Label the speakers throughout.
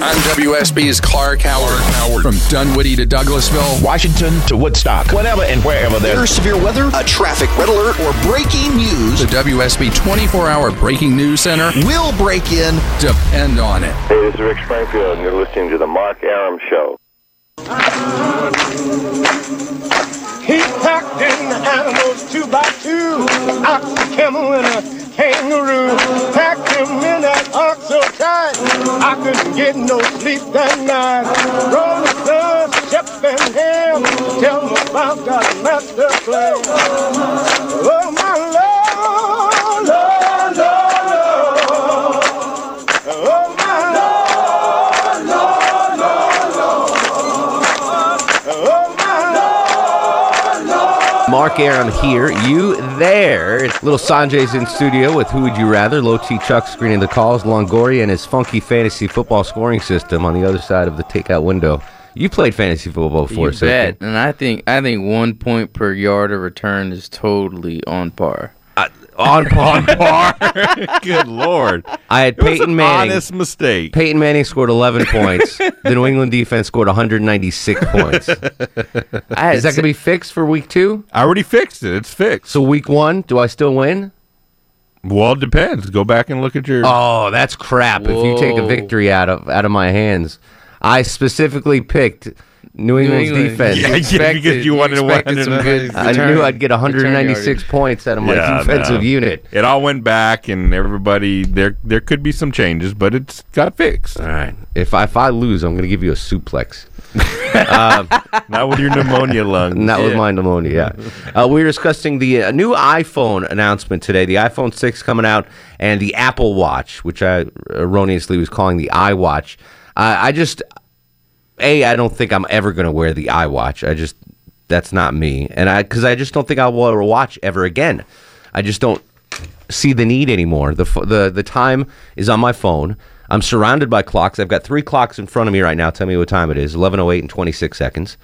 Speaker 1: I'm WSB's Clark Howard. Howard. From Dunwoody to Douglasville,
Speaker 2: Washington to Woodstock, whenever and wherever there.
Speaker 3: severe weather, a traffic red alert, or breaking
Speaker 1: the
Speaker 3: news,
Speaker 1: WSB 24 hour breaking news center,
Speaker 3: we'll break in.
Speaker 1: depend on it.
Speaker 4: Hey, this is Rick Springfield, and you're listening to The Mark Aram Show.
Speaker 5: He packed in the animals two by two. Ox, a camel, and a kangaroo. Packed him in that ox so tight, I couldn't get no sleep that night. Roll the sun, step and ham. Tell him about God's master plan. Oh, my Lord, Lord, Lord, Lord. Oh, my Lord, Lord, Lord, Lord. Oh, my Lord.
Speaker 6: Mark Aram here, you there. Little Sanjay's in studio with Who Would You Rather? Low T Chuck screening the calls, Longoria and his funky fantasy football scoring system on the other side of the takeout window. You played fantasy football before,
Speaker 7: you
Speaker 6: so
Speaker 7: bet. And I think I think one point per yard of return is totally on par.
Speaker 6: on par.
Speaker 8: Good lord.
Speaker 6: I had Peyton Manning.
Speaker 8: Honest mistake.
Speaker 6: Peyton Manning scored 11 points. The New England defense scored 196 points. Is that
Speaker 7: I had
Speaker 6: going to be fixed for week two?
Speaker 8: I already fixed it. It's fixed.
Speaker 6: So week one, do I still win?
Speaker 8: Well, it depends. Go back and look at your.
Speaker 6: Oh, that's crap! If you take a
Speaker 7: Whoa.
Speaker 6: victory out of out of my hands, I specifically picked New England's
Speaker 7: England.
Speaker 6: defense.
Speaker 8: Yeah, yeah, because you wanted to
Speaker 7: expected some good
Speaker 6: I
Speaker 7: return-
Speaker 6: knew I'd get
Speaker 7: return
Speaker 6: 196
Speaker 7: yardage.
Speaker 6: points out of my
Speaker 8: Yeah,
Speaker 6: defensive
Speaker 8: no.
Speaker 6: unit.
Speaker 8: It all went back, and everybody there. There could be some changes, but it's got fixed.
Speaker 6: All right, if I, if I lose, I'm going to give you a suplex.
Speaker 8: Not with your pneumonia lungs.
Speaker 6: Not with my pneumonia. Yeah. Uh, we were discussing the uh, new iPhone announcement today. The iPhone 6 coming out, and the Apple Watch, which I erroneously was calling the iWatch. Uh, I just, a, I don't think I'm ever going to wear the iWatch. I just that's not me, and I because I just don't think I'll wear a watch ever again. I just don't see the need anymore. The pho- the the time is on my phone. I'm surrounded by clocks. I've got three clocks in front of me right now. Tell me what time it is. 11:08 and 26 seconds.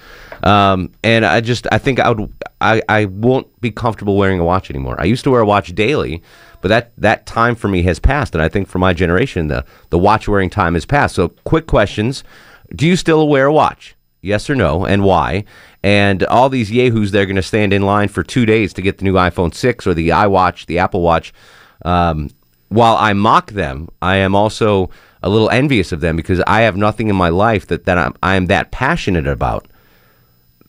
Speaker 6: Um, and I just I think I would I, I won't be comfortable wearing a watch anymore. I used to wear a watch daily, but that that time for me has passed. And I think for my generation, the the watch wearing time has passed. So quick questions: Do you still wear a watch? Yes or no, and why? And all these yahoos, they're going to stand in line for two days to get the new iPhone 6 or the iWatch, the Apple Watch. Um, while I mock them, I am also a little envious of them because I have nothing in my life that, that I'm, I'm that passionate about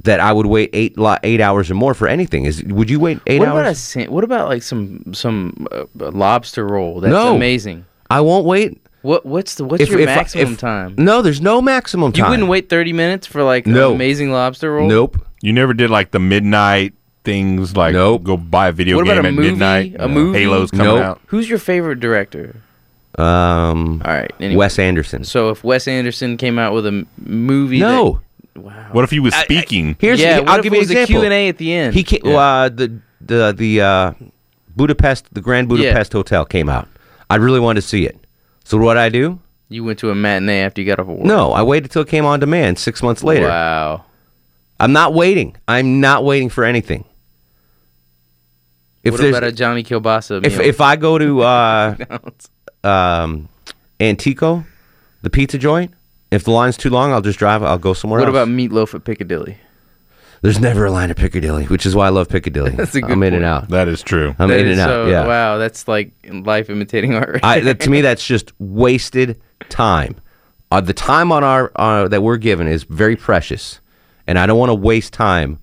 Speaker 6: that I would wait eight lo- eight hours or more for anything. Is Would you wait eight
Speaker 7: What about a
Speaker 6: hours?
Speaker 7: sa- what about like some some uh, lobster roll? That's
Speaker 6: No.
Speaker 7: amazing.
Speaker 6: I won't wait.
Speaker 7: What what's the what's
Speaker 6: If-
Speaker 7: your
Speaker 6: if I-
Speaker 7: maximum
Speaker 6: if-
Speaker 7: time?
Speaker 6: No, there's no maximum
Speaker 7: You
Speaker 6: time.
Speaker 7: wouldn't wait 30 minutes for like
Speaker 6: No.
Speaker 7: an amazing lobster roll?
Speaker 6: Nope.
Speaker 8: You never did like the midnight things, like
Speaker 6: Nope.
Speaker 8: go buy a video
Speaker 7: What
Speaker 8: game
Speaker 7: about a
Speaker 8: at
Speaker 7: movie?
Speaker 8: midnight.
Speaker 7: A movie?
Speaker 8: Halo's coming
Speaker 6: Nope.
Speaker 8: out.
Speaker 7: Who's your favorite director?
Speaker 6: Um,
Speaker 7: All right. Anyway.
Speaker 6: Wes Anderson.
Speaker 7: So if Wes Anderson came out with a m- movie
Speaker 6: No.
Speaker 7: that, wow.
Speaker 8: What if he was speaking?
Speaker 6: Here's
Speaker 7: yeah, what
Speaker 6: I'll
Speaker 7: if
Speaker 6: give
Speaker 7: it
Speaker 6: you
Speaker 7: was
Speaker 6: an example.
Speaker 7: a Q&A at the end.
Speaker 6: He came,
Speaker 7: Yeah.
Speaker 6: uh, the the the uh, Budapest, the Grand Budapest Hotel came out. I really wanted to see it. So what I do?
Speaker 7: You went to a matinee after you got off of work.
Speaker 6: No, I waited till it came on demand six months later.
Speaker 7: Wow.
Speaker 6: I'm not waiting. I'm not waiting for anything. If
Speaker 7: what
Speaker 6: there's
Speaker 7: about a Johnny Kielbasa
Speaker 6: if
Speaker 7: meal?
Speaker 6: if I go to uh, um, Antico, the pizza joint, if the line's too long, I'll just drive. I'll go somewhere
Speaker 7: what
Speaker 6: else.
Speaker 7: about meatloaf at Piccadilly?
Speaker 6: There's never a line at Piccadilly, which is why I love Piccadilly.
Speaker 7: That's a good
Speaker 6: I'm in and
Speaker 7: point.
Speaker 6: out.
Speaker 8: That is true.
Speaker 6: I'm
Speaker 7: That
Speaker 6: in
Speaker 7: is
Speaker 6: and out.
Speaker 7: so-
Speaker 6: yeah.
Speaker 7: Wow, that's like life imitating art. Right
Speaker 6: I,
Speaker 7: there.
Speaker 6: that, to me, that's just wasted time. Uh, the time on our uh, that we're given is very precious, and I don't want to waste time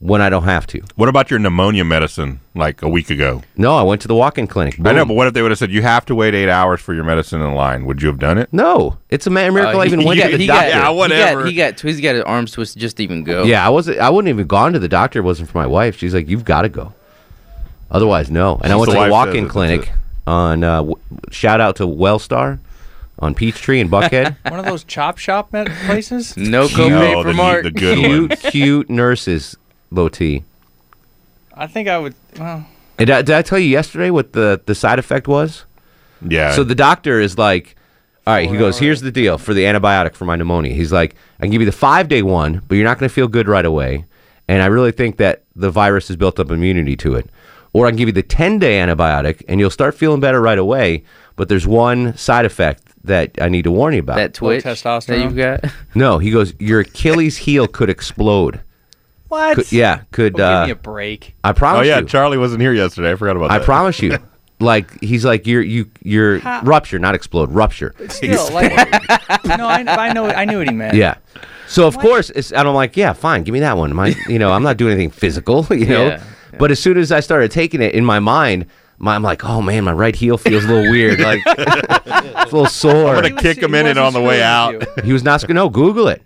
Speaker 6: when I don't have to.
Speaker 8: What about your pneumonia medicine? Like a week ago,
Speaker 6: No, I went to the walk-in clinic.
Speaker 8: I know.
Speaker 6: Boom.
Speaker 8: But what if they would have said you have to wait eight hours for your medicine in line? Would you have done it?
Speaker 6: No, it's a ma- miracle I even
Speaker 8: Uh, he-
Speaker 6: went
Speaker 8: yeah,
Speaker 6: to the
Speaker 8: he got-
Speaker 6: doctor.
Speaker 8: yeah, I
Speaker 6: Yeah,
Speaker 8: wa- whatever.
Speaker 7: He got, he got he's got his arms twisted just to even go.
Speaker 6: I wasn't. I wouldn't even gone to the doctor. if It wasn't for my wife. She's like, "You've got to go." Otherwise, no. And I
Speaker 8: Since the
Speaker 6: went to the
Speaker 8: wife
Speaker 6: walk-in
Speaker 8: says it, that's
Speaker 6: clinic on. Uh, w- shout out to Wellstar. on Peachtree and Buckhead.
Speaker 9: One of those chop shop met- places?
Speaker 7: No
Speaker 8: Oh,
Speaker 7: copay
Speaker 8: the,
Speaker 7: for
Speaker 8: new-
Speaker 7: Mark.
Speaker 8: the good one.
Speaker 6: cute, cute nurses, low T.
Speaker 9: I think I would. Well,
Speaker 6: And I- did I tell you yesterday what the, the side effect was?
Speaker 8: Yeah.
Speaker 6: So the doctor is like, all right, he goes, here's the deal for the antibiotic for my pneumonia. He's like, I can give you the five day one, but you're not going to feel good right away. And I really think that the virus has built up immunity to it. Or I can give you the 10 day antibiotic and you'll start feeling better right away. But there's one side effect that I need to warn you about.
Speaker 7: That twitch that
Speaker 9: testosterone.
Speaker 7: you've got.
Speaker 6: no, he goes, your Achilles heel could explode.
Speaker 9: what?
Speaker 6: Could, yeah, could.
Speaker 9: Oh, give
Speaker 6: Uh,
Speaker 9: me a break.
Speaker 6: I promise
Speaker 8: oh yeah,
Speaker 6: you.
Speaker 8: Charlie wasn't here yesterday. I forgot about
Speaker 6: I
Speaker 8: that.
Speaker 6: promise you. Like he's like you're you you're rupture, not explode, rupture.
Speaker 9: Still, like, no, I, I know. I knew what he meant.
Speaker 6: Yeah. So of course, it's, and I'm like, yeah, fine, give me that one. My, you know, I'm not doing anything physical, you know.
Speaker 7: Yeah,
Speaker 6: But as soon as I started taking it in my mind, my, I'm like, oh man, my right heel feels a little weird, like it's a little sore.
Speaker 8: gonna kick him in it on the way out.
Speaker 6: He was not. No, Google it.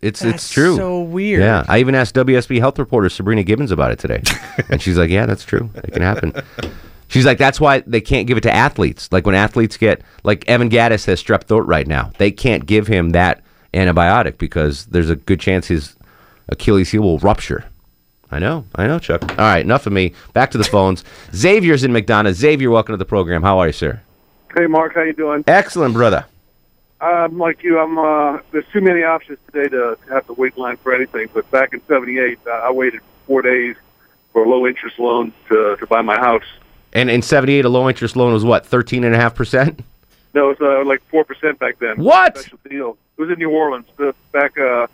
Speaker 6: It's
Speaker 9: That's
Speaker 6: it's true.
Speaker 9: So weird.
Speaker 6: Yeah, I even asked WSB health reporter Sabrina Gibbons about it today, and she's like, "Yeah, that's true. It can happen." She's like, "That's why they can't give it to athletes. Like when athletes get like Evan Gaddis has strep throat right now, they can't give him that antibiotic because there's a good chance his Achilles heel will rupture." I know, I know, Chuck. All right, enough of me. Back to the phones. Xavier's in McDonough. Xavier, welcome to the program. How are you, sir?
Speaker 10: Hey, Mark, how you doing?
Speaker 6: Excellent, brother.
Speaker 10: I'm like you. I'm. Uh, there's too many options today to to have to wait in line for anything. But back in '78, I I waited four days for a low interest loan to to buy my house.
Speaker 6: And in '78, a low interest loan was what, thirteen and a half percent?
Speaker 10: No, it was uh, like four percent back then.
Speaker 6: What?
Speaker 10: Special deal. It was in New Orleans uh, back. Uh,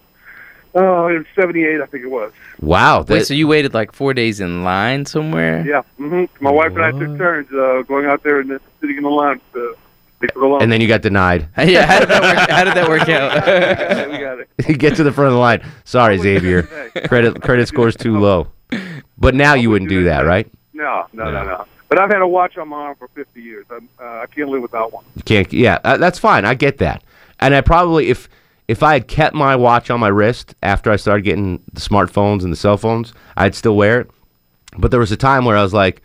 Speaker 10: oh, in '78, I think it was.
Speaker 6: Wow.
Speaker 7: Wait,
Speaker 6: that-
Speaker 7: so you waited like four days in line somewhere?
Speaker 10: Yeah. hmm My wife and I took turns uh, going out there and then sitting in the line to wait for the loan.
Speaker 6: and then you got denied.
Speaker 7: yeah. How did that work? How did that work out?
Speaker 10: yeah, we got it.
Speaker 6: get to the front of the line. Sorry, Xavier. Credit credit score's too low. But now you wouldn't do that, right?
Speaker 10: No, no, no,
Speaker 6: No.
Speaker 10: no. But I've had a watch on my arm for 50 years. I'm, uh, I can't live without one.
Speaker 6: You can't. Yeah, uh, that's fine. I get that. And I probably if if I had kept my watch on my wrist after I started getting the smartphones and the cell phones, I'd still wear it. But there was a time where I was like,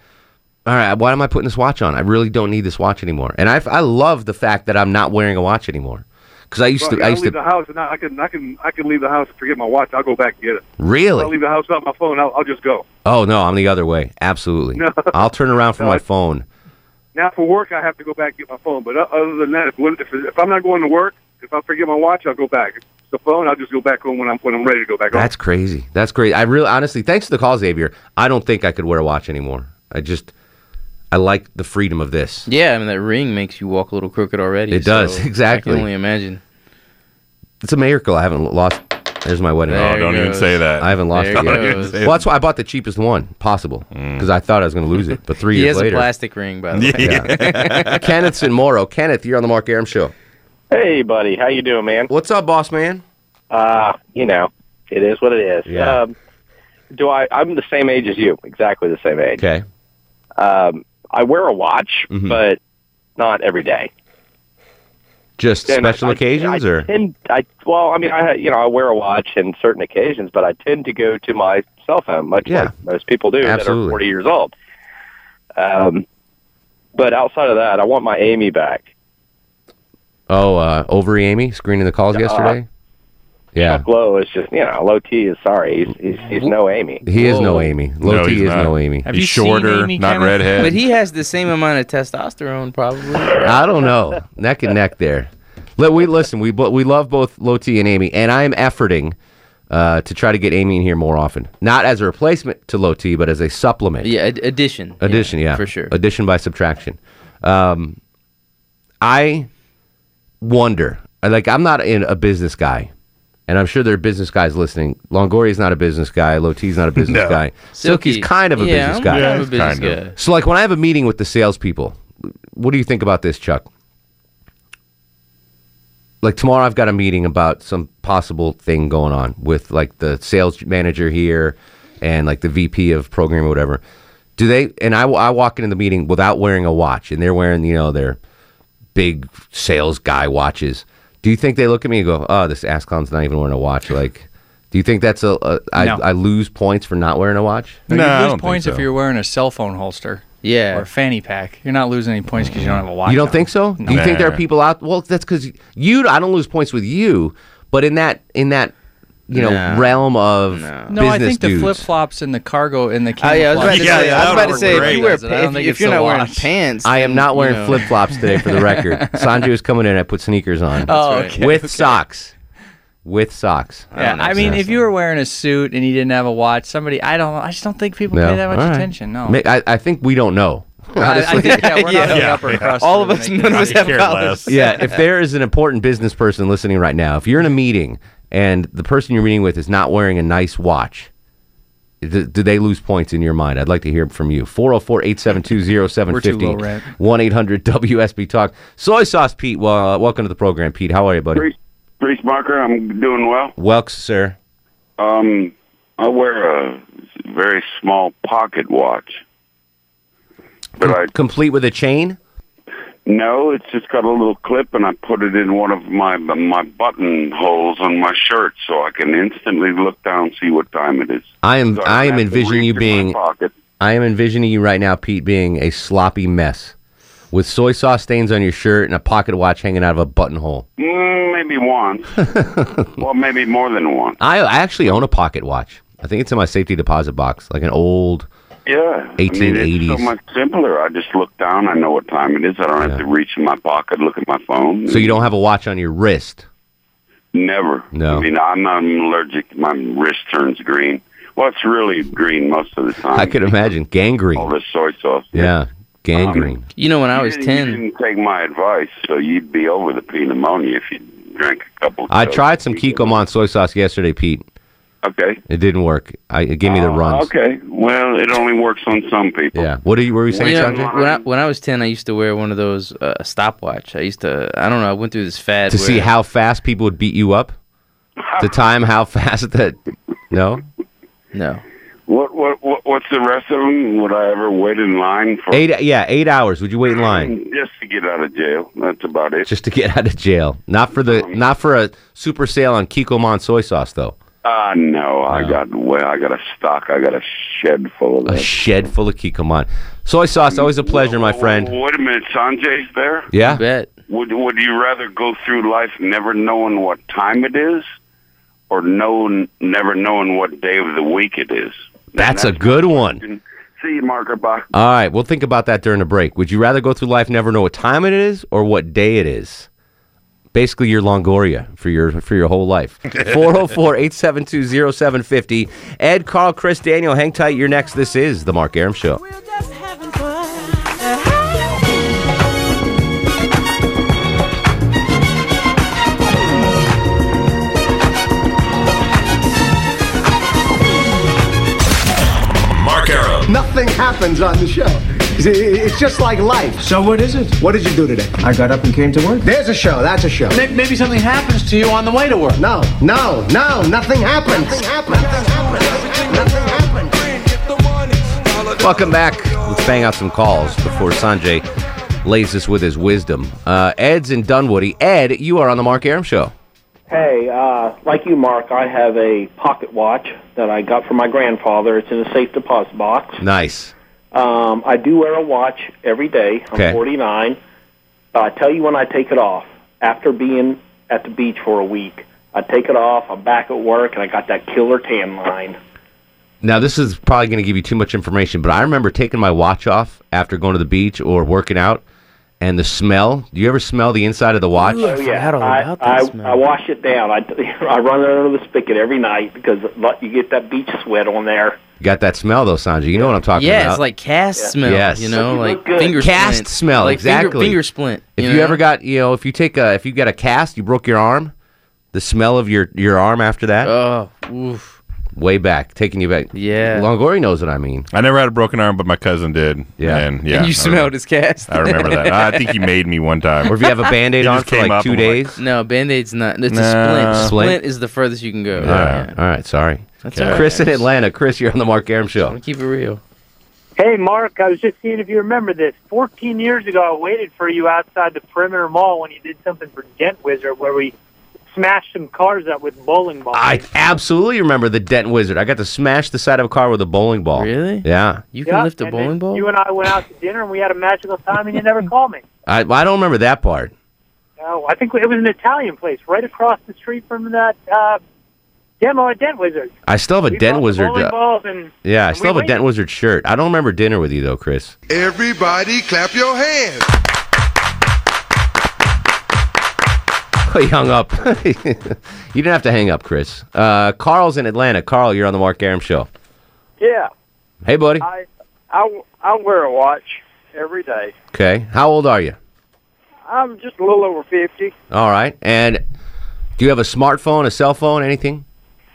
Speaker 6: all right, why am I putting this watch on? I really don't need this watch anymore. And I I love the fact that I'm not wearing a watch anymore. Cuz I used
Speaker 10: Well,
Speaker 6: to
Speaker 10: yeah,
Speaker 6: I
Speaker 10: I
Speaker 6: used
Speaker 10: leave
Speaker 6: to
Speaker 10: the house and I, I can I can I can leave the house and forget my watch. I'll go back and get it. I'll
Speaker 6: really
Speaker 10: leave the house on my phone. I'll, I'll just go.
Speaker 6: Oh no, I'm the other way. Absolutely.
Speaker 10: No.
Speaker 6: I'll turn around for
Speaker 10: No,
Speaker 6: my
Speaker 10: I-
Speaker 6: phone.
Speaker 10: Now for work, I have to go back and get my phone. But o- other than that, if, if, if I'm not going to work, if I forget my watch, I'll go back. If it's the phone, I'll just go back home when I'm when I'm ready to go back home.
Speaker 6: That's crazy. That's great. I really, honestly, thanks to the call, Xavier. I don't think I could wear a watch anymore. I just, I like the freedom of this.
Speaker 7: Yeah, I mean that ring makes you walk a little crooked already.
Speaker 6: It does,
Speaker 7: so
Speaker 6: exactly.
Speaker 7: I can only imagine.
Speaker 6: It's a miracle. I haven't lo- lost. There's my wedding.
Speaker 7: There
Speaker 8: Oh,
Speaker 6: ring.
Speaker 7: you
Speaker 8: don't even
Speaker 7: goes.
Speaker 8: say that.
Speaker 6: I haven't lost
Speaker 7: There
Speaker 6: it.
Speaker 7: you
Speaker 6: Yet.
Speaker 7: go. Mm.
Speaker 6: Well, that's why I bought the cheapest one possible because I thought I was going to lose it. But three
Speaker 7: He
Speaker 6: years
Speaker 7: has
Speaker 6: later,
Speaker 7: a plastic ring, by the way.
Speaker 6: yeah. Kenneth's in Morrow. Kenneth, you're on the Mark Aram show.
Speaker 11: Hey, buddy, how you doing, man?
Speaker 6: What's up, boss man?
Speaker 11: Uh, you know, it is what it is.
Speaker 6: Yeah.
Speaker 11: Um, do I? I'm the same age as you, exactly the same age.
Speaker 6: Okay.
Speaker 11: Um, I wear a watch,
Speaker 6: Mhm.
Speaker 11: but not every day.
Speaker 6: Just
Speaker 11: And I-
Speaker 6: special
Speaker 11: I-
Speaker 6: occasions,
Speaker 11: I
Speaker 6: or
Speaker 11: tend, I well, I mean, I you know, I wear a watch in certain occasions, but I tend to go to my cell phone, much
Speaker 6: Yeah.
Speaker 11: like most people do that
Speaker 6: Absolutely.
Speaker 11: are forty years old. Um, but outside of that, I want my Amy back.
Speaker 6: oh, uh, over Amy screening the calls yesterday. Yeah,
Speaker 11: Chuck Lowe is just, you know, low T is sorry. He's he's, he's no Amy.
Speaker 6: he is no
Speaker 7: Whoa.
Speaker 6: Amy. Low
Speaker 8: No,
Speaker 6: T
Speaker 8: he's
Speaker 6: is
Speaker 8: not.
Speaker 6: no Amy.
Speaker 9: Have
Speaker 8: He's
Speaker 9: you
Speaker 8: shorter,
Speaker 9: seen Amy
Speaker 8: not
Speaker 9: Kenneth?
Speaker 8: redhead.
Speaker 7: But he has the same amount of testosterone, probably.
Speaker 6: I don't know. neck and neck there. Let we listen. We bo- we love both Loti and Amy, and I am efforting uh, to try to get Amy in here more often. Not as a replacement to Loti, but as a supplement.
Speaker 7: Yeah, ad- addition.
Speaker 6: Addition, yeah,
Speaker 7: for sure.
Speaker 6: Addition by subtraction. Um, I wonder. I- Like, I'm not in a business guy, and I'm sure there are business guys listening. Longoria's not a business guy. Loti's not a business
Speaker 8: No.
Speaker 6: guy. Silky's kind of a
Speaker 7: yeah,
Speaker 6: business
Speaker 7: I'm
Speaker 6: guy.
Speaker 7: Kind
Speaker 8: Yeah,
Speaker 7: of a
Speaker 8: he's
Speaker 7: business
Speaker 8: kind of.
Speaker 7: guy.
Speaker 6: So, like, when I have a meeting with the salespeople, what do you think about this, Chuck? Like tomorrow, I've got a meeting about some possible thing going on with like the sales manager here and like the VP of program or whatever. Do they? And I, I walk into the meeting without wearing a watch, and they're wearing you know their big sales guy watches. Do you think they look at me and go, "Oh, this ass clown's not even wearing a watch"? Like, do you think that's a, a I,
Speaker 9: No.
Speaker 6: I lose points for not wearing a watch?
Speaker 9: No,
Speaker 8: No, I
Speaker 9: you
Speaker 8: don't
Speaker 9: lose
Speaker 8: think
Speaker 9: points
Speaker 8: so.
Speaker 9: if you're wearing a cell phone holster.
Speaker 7: Yeah.
Speaker 9: or a fanny pack. You're not losing any points because you don't have a watch.
Speaker 6: You don't
Speaker 9: on.
Speaker 6: think so? Do you think there are
Speaker 8: Nah.
Speaker 6: people out? Well, that's because you. I don't lose points with you, but in that in that you know
Speaker 7: Nah.
Speaker 6: realm of
Speaker 9: No,
Speaker 6: business
Speaker 9: I think the
Speaker 6: dudes.
Speaker 9: flip flops and the cargo and the
Speaker 7: Oh, yeah, I was about
Speaker 9: camouflage-
Speaker 7: to
Speaker 8: Yeah,
Speaker 7: say,
Speaker 8: yeah,
Speaker 7: I was
Speaker 8: that
Speaker 7: about to
Speaker 8: would
Speaker 7: say
Speaker 8: work
Speaker 7: if you
Speaker 8: great.
Speaker 7: wear,
Speaker 9: I don't
Speaker 7: if,
Speaker 9: think
Speaker 7: if
Speaker 9: it's
Speaker 7: you're
Speaker 9: a
Speaker 7: not wearing
Speaker 9: watch.
Speaker 7: pants,
Speaker 6: I am
Speaker 7: then,
Speaker 6: not
Speaker 7: you
Speaker 6: wearing
Speaker 7: know.
Speaker 6: flip flops today for the record. Sanju is coming in. I put sneakers on
Speaker 9: Oh, right. okay,
Speaker 6: with socks. With socks.
Speaker 9: Yeah, I mean, if you were wearing a suit and you didn't have a watch, somebody I don't, I just don't think people
Speaker 6: No.
Speaker 9: pay that much
Speaker 6: All right.
Speaker 9: attention. No,
Speaker 6: Ma- I, I think we don't know.
Speaker 9: I, I think yeah, we're not
Speaker 8: Yeah.
Speaker 9: up or across.
Speaker 7: All of
Speaker 9: to
Speaker 7: us,
Speaker 9: make
Speaker 7: none of us
Speaker 9: it.
Speaker 7: have
Speaker 8: care
Speaker 7: dollars.
Speaker 8: less.
Speaker 6: yeah, if there is an important business person listening right now, if you're in a meeting and the person you're meeting with is not wearing a nice watch, th- do they lose points in your mind? I'd like to hear from you. 404 872
Speaker 9: We're too low rent.
Speaker 6: 0750 1 800 WSB Talk. Soy Sauce Pete, well, uh, welcome to the program, Pete. How are you, buddy?
Speaker 12: Great. Reese Barker, I'm doing well.
Speaker 6: Welks, sir.
Speaker 12: Um, I wear a very small pocket watch, but I
Speaker 6: Complete with a chain?
Speaker 12: no, it's just got a little clip, and I put it in one of my my button holes on my shirt, so I can instantly look down and see what time it is.
Speaker 6: I am
Speaker 12: So don't
Speaker 6: Mm, I am
Speaker 12: have to
Speaker 6: envisioning
Speaker 12: reach
Speaker 6: you
Speaker 12: in my
Speaker 6: being
Speaker 12: pocket.
Speaker 6: I am envisioning you right now, Pete, being a sloppy mess with soy sauce stains on your shirt and a pocket watch hanging out of a buttonhole.
Speaker 12: Mm, maybe one, well, maybe more than one.
Speaker 6: I, I actually own a pocket watch. I think it's in my safety deposit box, like an old.
Speaker 12: Yeah, I mean, it's
Speaker 6: 1880s.
Speaker 12: so much simpler. I just look down. I know what time it is. I don't have to reach in my pocket, look at my phone.
Speaker 6: So you don't have a watch on your wrist.
Speaker 12: Never.
Speaker 6: No.
Speaker 12: I mean, I'm, I'm allergic. My wrist turns green. Well, it's really green most of the time.
Speaker 6: I could imagine
Speaker 12: All
Speaker 6: gangrene.
Speaker 12: this soy sauce.
Speaker 6: Yeah, gangrene.
Speaker 7: You know, when I
Speaker 12: You
Speaker 7: was
Speaker 12: didn't- You
Speaker 7: 10,
Speaker 12: didn't take my advice, so you'd be over the P pneumonia if you drank a couple.
Speaker 6: I
Speaker 12: jugs.
Speaker 6: tried some Kikkoman soy sauce yesterday, Pete.
Speaker 12: Okay.
Speaker 6: It didn't work. I, it gave me the
Speaker 12: Uh,
Speaker 6: runs.
Speaker 12: Okay. Well, it only works on some people.
Speaker 6: Yeah. What are you? What were you
Speaker 7: Well,
Speaker 6: saying,
Speaker 7: you know,
Speaker 6: Sanjay?
Speaker 7: when, I, when I was 10, I used to wear one of those uh, stopwatch. I used to, I don't know, I went through this fad.
Speaker 6: To see
Speaker 7: where-
Speaker 6: how fast people would beat you up. To time how fast that. No.
Speaker 7: No.
Speaker 12: What, what what what's the rest of them? Would I ever wait in line for Mm,
Speaker 6: Eight. Yeah, eight hours. Would you wait in line
Speaker 12: just to get out of jail? That's about it.
Speaker 6: just to get out of jail? Not for the. Not for a super sale on Kikkoman soy sauce though.
Speaker 12: Ah, no, I got well, I got a stock, I got a shed full of
Speaker 6: A
Speaker 12: that.
Speaker 6: shed full of Kikkoman soy sauce. Always a pleasure, my friend.
Speaker 12: Wait, a minute, Sanjay's there.
Speaker 7: I
Speaker 6: Yeah.
Speaker 7: bet.
Speaker 12: Would Would you rather go through life never knowing what time it is, or knowing never knowing what day of the week it is?
Speaker 6: That's a good one.
Speaker 12: See you, Marker Box.
Speaker 6: All right, we'll think about that during the break. Would you rather go through life never know what time it is or what day it is? Basically, your Longoria for your for your whole life. 404-872-0750. Ed, Carl, Chris, Daniel, hang tight. You're next. This is the Mark Aram Show.
Speaker 2: Mark Aram.
Speaker 3: Nothing happens on the show. See, It's just like life. So what is it? What did you do today? I got up and came to work. There's a show. That's a show. Maybe, something happens to you on the way to work. No, no, no. Nothing happens. Nothing happens. Nothing happens. Nothing happens.
Speaker 6: Welcome back. Let's bang out some calls before Sanjay lays us with his wisdom. Uh, Ed's in Dunwoody. Ed, you are on the Mark Aram Show.
Speaker 4: Hey, uh, like you, Mark, I have a pocket watch that I got from my grandfather. It's in a safe deposit box.
Speaker 6: Nice.
Speaker 4: Um, I do wear a watch every day. I'm
Speaker 6: Okay.
Speaker 4: 49. But I tell you when I take it off. After being at the beach for a week, I take it off. I'm back at work, and I got that killer tan line.
Speaker 6: Now, this is probably going to give you too much information, but I remember taking my watch off after going to the beach or working out, and the smell. Do you ever smell the inside of the watch?
Speaker 4: Oh yeah,
Speaker 7: all
Speaker 4: I,
Speaker 7: about
Speaker 4: I,
Speaker 7: that smell.
Speaker 4: I wash it down. I, I run it under the spigot every night because like, you get that beach sweat on there.
Speaker 6: Got that smell though, Sanjay. You know what I'm talking
Speaker 7: Yeah,
Speaker 6: about.
Speaker 7: it's like cast smell.
Speaker 6: Yes.
Speaker 7: You know,
Speaker 4: You
Speaker 7: like
Speaker 4: look good.
Speaker 7: finger
Speaker 6: Cast
Speaker 7: splint.
Speaker 6: smell,
Speaker 7: Like finger-
Speaker 6: exactly.
Speaker 7: Finger, splint.
Speaker 6: if you,
Speaker 7: know?
Speaker 6: ever got, you know, if you take a, if you got a cast, you broke your arm. The smell of your your arm after that,
Speaker 7: Oh, oof.
Speaker 6: way back, taking you back.
Speaker 7: Yeah.
Speaker 6: Longoria knows what I mean.
Speaker 8: I never had a broken arm, but my cousin did.
Speaker 6: Yeah.
Speaker 8: and, yeah
Speaker 7: and
Speaker 8: I
Speaker 7: you smelled his cast.
Speaker 8: Remember, I remember that. I think he made me one time.
Speaker 6: Or if you have a band aid
Speaker 8: He
Speaker 6: on
Speaker 8: just
Speaker 6: for
Speaker 8: came
Speaker 6: like
Speaker 8: up
Speaker 6: two
Speaker 8: and was like,
Speaker 6: days.
Speaker 7: No, band aid's not. It's a
Speaker 8: Nah.
Speaker 7: splint.
Speaker 6: Splint?
Speaker 7: Splint is the furthest you can go.
Speaker 6: All right, all right, sorry.
Speaker 7: That's all right.
Speaker 6: Chris in Atlanta. Chris, you're on the Mark Aram
Speaker 7: I'm
Speaker 6: Show.
Speaker 7: gonna keep it real.
Speaker 13: Hey, Mark, I was just seeing if you remember this. 14 years ago, I waited for you outside the perimeter mall when you did something for Dent Wizard where we smashed some cars up with bowling balls.
Speaker 6: I absolutely remember the Denton Wizard. I got to smash the side of a car with a bowling ball. Really? Yeah.
Speaker 7: You
Speaker 13: Yeah, and then You and I went out to dinner and we had a magical time, and you never called me.
Speaker 6: I, I don't remember that part.
Speaker 13: No, I think it was an Italian place right across the street from that uh, demo at Dent Wizard.
Speaker 6: I still have a
Speaker 13: We
Speaker 6: Dent
Speaker 13: bought the
Speaker 6: Wizard.
Speaker 13: bowling
Speaker 6: uh,
Speaker 13: balls and
Speaker 6: yeah, I
Speaker 13: and
Speaker 6: still
Speaker 13: we
Speaker 6: have a Dent Wizard shirt. I don't remember dinner with you though, Chris.
Speaker 14: Everybody clap your hands.
Speaker 6: he hung up. you didn't have to hang up, Chris. Uh, Carl's in Atlanta. Carl, you're on the Mark Aram show.
Speaker 15: Yeah,
Speaker 6: Hey, buddy.
Speaker 15: I, I, I wear a watch every day.
Speaker 6: Okay. How old are you?
Speaker 15: I'm just a little over 50.
Speaker 6: All right. And do you have a smartphone, a cell phone, anything?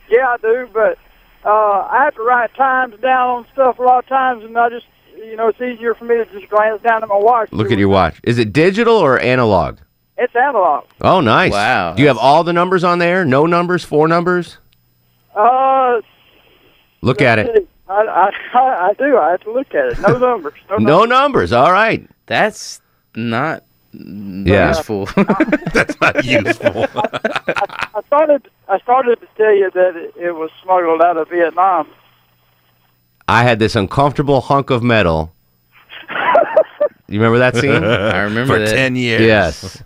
Speaker 15: Yeah, I do, but uh, I have to write times down on stuff a lot of times, and I just, you know, it's easier for me to just glance down at my watch.
Speaker 6: Look at your watch. Is it digital or analog?
Speaker 15: It's analog.
Speaker 6: Oh, nice. Wow. Do you have all the numbers on there? No numbers, four numbers?
Speaker 15: Uh,
Speaker 6: Look at it.
Speaker 15: I, I, I, I do. I have to look at it. No numbers. No numbers.
Speaker 6: No numbers. All right.
Speaker 7: That's not
Speaker 6: Yeah.
Speaker 7: useful.
Speaker 6: That's not useful.
Speaker 15: I started. I started to tell you that it, it was smuggled out of Vietnam.
Speaker 6: I had this uncomfortable hunk of metal. You remember that scene?
Speaker 7: I remember
Speaker 8: For that. 10 years.
Speaker 6: Yes.